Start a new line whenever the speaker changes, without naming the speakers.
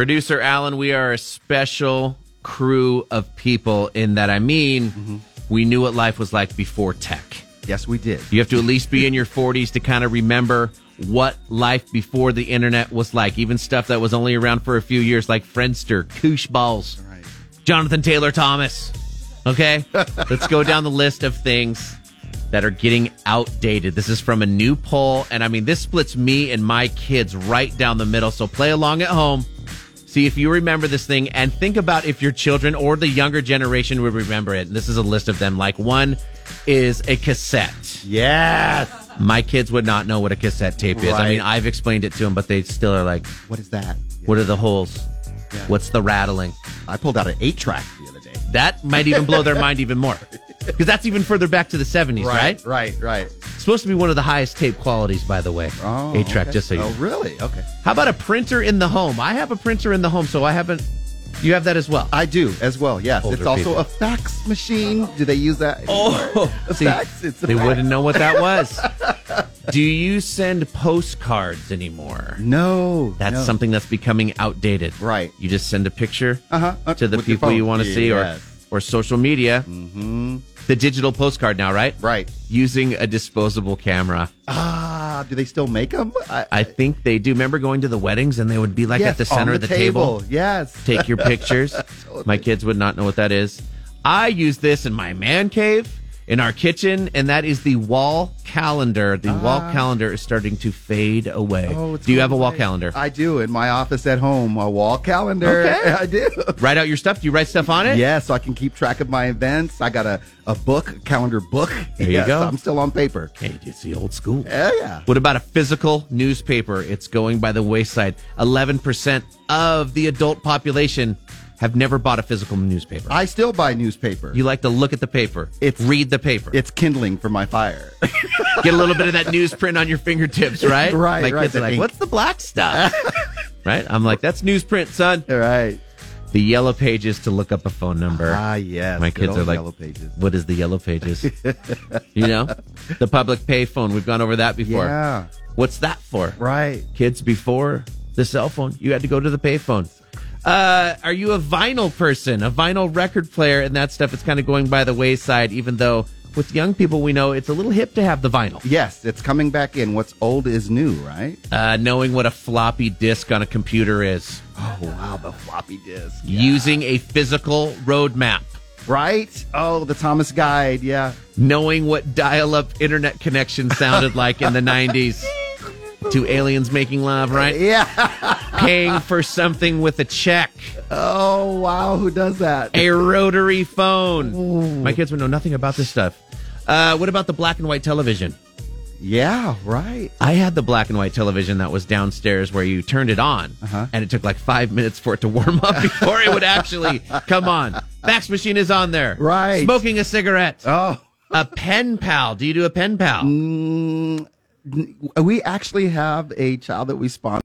Producer Alan, we are a special crew of people in that I mean, we knew what life was like before tech.
Yes, we did.
You have to at least be in your 40s to kind of remember what life before the internet was like, even stuff that was only around for a few years, like Friendster, Koosh Balls, Jonathan Taylor Thomas. Okay, let's go down the list of things that are getting outdated. This is from a new poll, and I mean, this splits me and my kids right down the middle. So play along at home. See if you remember this thing and think about if your children or the younger generation would remember it. And this is a list of them. Like one is a cassette.
Yes.
My kids would not know what a cassette tape is. I
Right.
mean, I've explained it to them, but they still are like,
What is that?
what are the holes? What's the rattling?
I pulled out an eight track the other day.
That might even blow their mind even more. Because that's even further back to the 70s, right?
Right. Right.
Supposed to be one of the highest tape qualities, by the way.
Oh,
Eight track,
okay.
just so you
Oh,
know.
really? Okay.
How about a printer in the home? I have a printer in the home, so I haven't. You have that as well.
I do as well. Yes,
Older
it's also
people.
a fax machine. Do they use that?
Oh,
a
see,
fax. It's a
they
fax.
wouldn't know what that was. Do you send postcards anymore?
No,
That's
no.
something that's becoming outdated.
Right.
You just send a picture
Uh-huh. Uh,
to the
with your
people
phone.
you want to see
Yes. Mm-hmm.
or or social media. The digital postcard now, right?
Right.
Using a disposable camera.
Ah, do they still make them? I,
I think they do. Remember going to the weddings and they would be like
yes,
at the center
on
of the table.
Yes.
Take your pictures. My kids would not know what that is. I use this in my man cave, in our kitchen, and that is the wall calendar. The wall calendar is starting to fade away.
Ah. Oh, it's
do you have a
going
wall
away.
calendar?
I do in my office at home. A wall calendar.
Okay.
I do.
write out your stuff. Do you write stuff on it?
Yeah, so I can keep track of my events. I got a, a book, a calendar book.
There you
Yes,
go.
I'm still on paper.
Hey, it's the old school.
Yeah, yeah.
What about a physical newspaper? It's going by the wayside. 11% of the adult population have never bought a physical newspaper.
I still buy newspaper.
you like to look at the paper.
It's-
read the paper.
it's kindling for my fire.
Get a little bit of that newsprint on your fingertips, right?
Right,
My
right,
kids are
the
like,
ink.
"What's the black stuff?" right? I'm like, "That's newsprint, son."
All right.
The yellow pages to look up a phone number.
Ah, yes.
My
good
kids
old
are like,
Yellow Pages.
"What is the yellow pages?" you know, the public pay phone. We've gone over that before.
Yeah.
What's that for?
Right.
kids before the cell phone. You had to go to the payphone. Uh, are you a vinyl person, a vinyl record player, and that stuff? It's kind of going by the wayside, even though with young people we know it's a little hip to have the vinyl.
Yes, it's coming back in. What's old is new, right?
Uh, knowing what a floppy disk on a computer is,
Oh, wow. The floppy disk.
using a physical roadmap,
Right? Oh, the Thomas Guide. Yeah.
knowing what dial-up internet connection sounded like in the '90s. To aliens making love, right?
Yeah.
Paying for something with a check.
Oh, wow. Who does that?
a rotary phone. My kids would know nothing about this stuff. Uh, what about the black and white television?
Yeah, right.
I had the black and white television that was downstairs where you turned it on, and it took like five minutes for it to warm up before it would actually come on. Fax machine is on there.
Right.
Smoking a cigarette.
Oh.
A pen pal. Do you do a pen pal?
Mm, We actually have a child that we sponsor.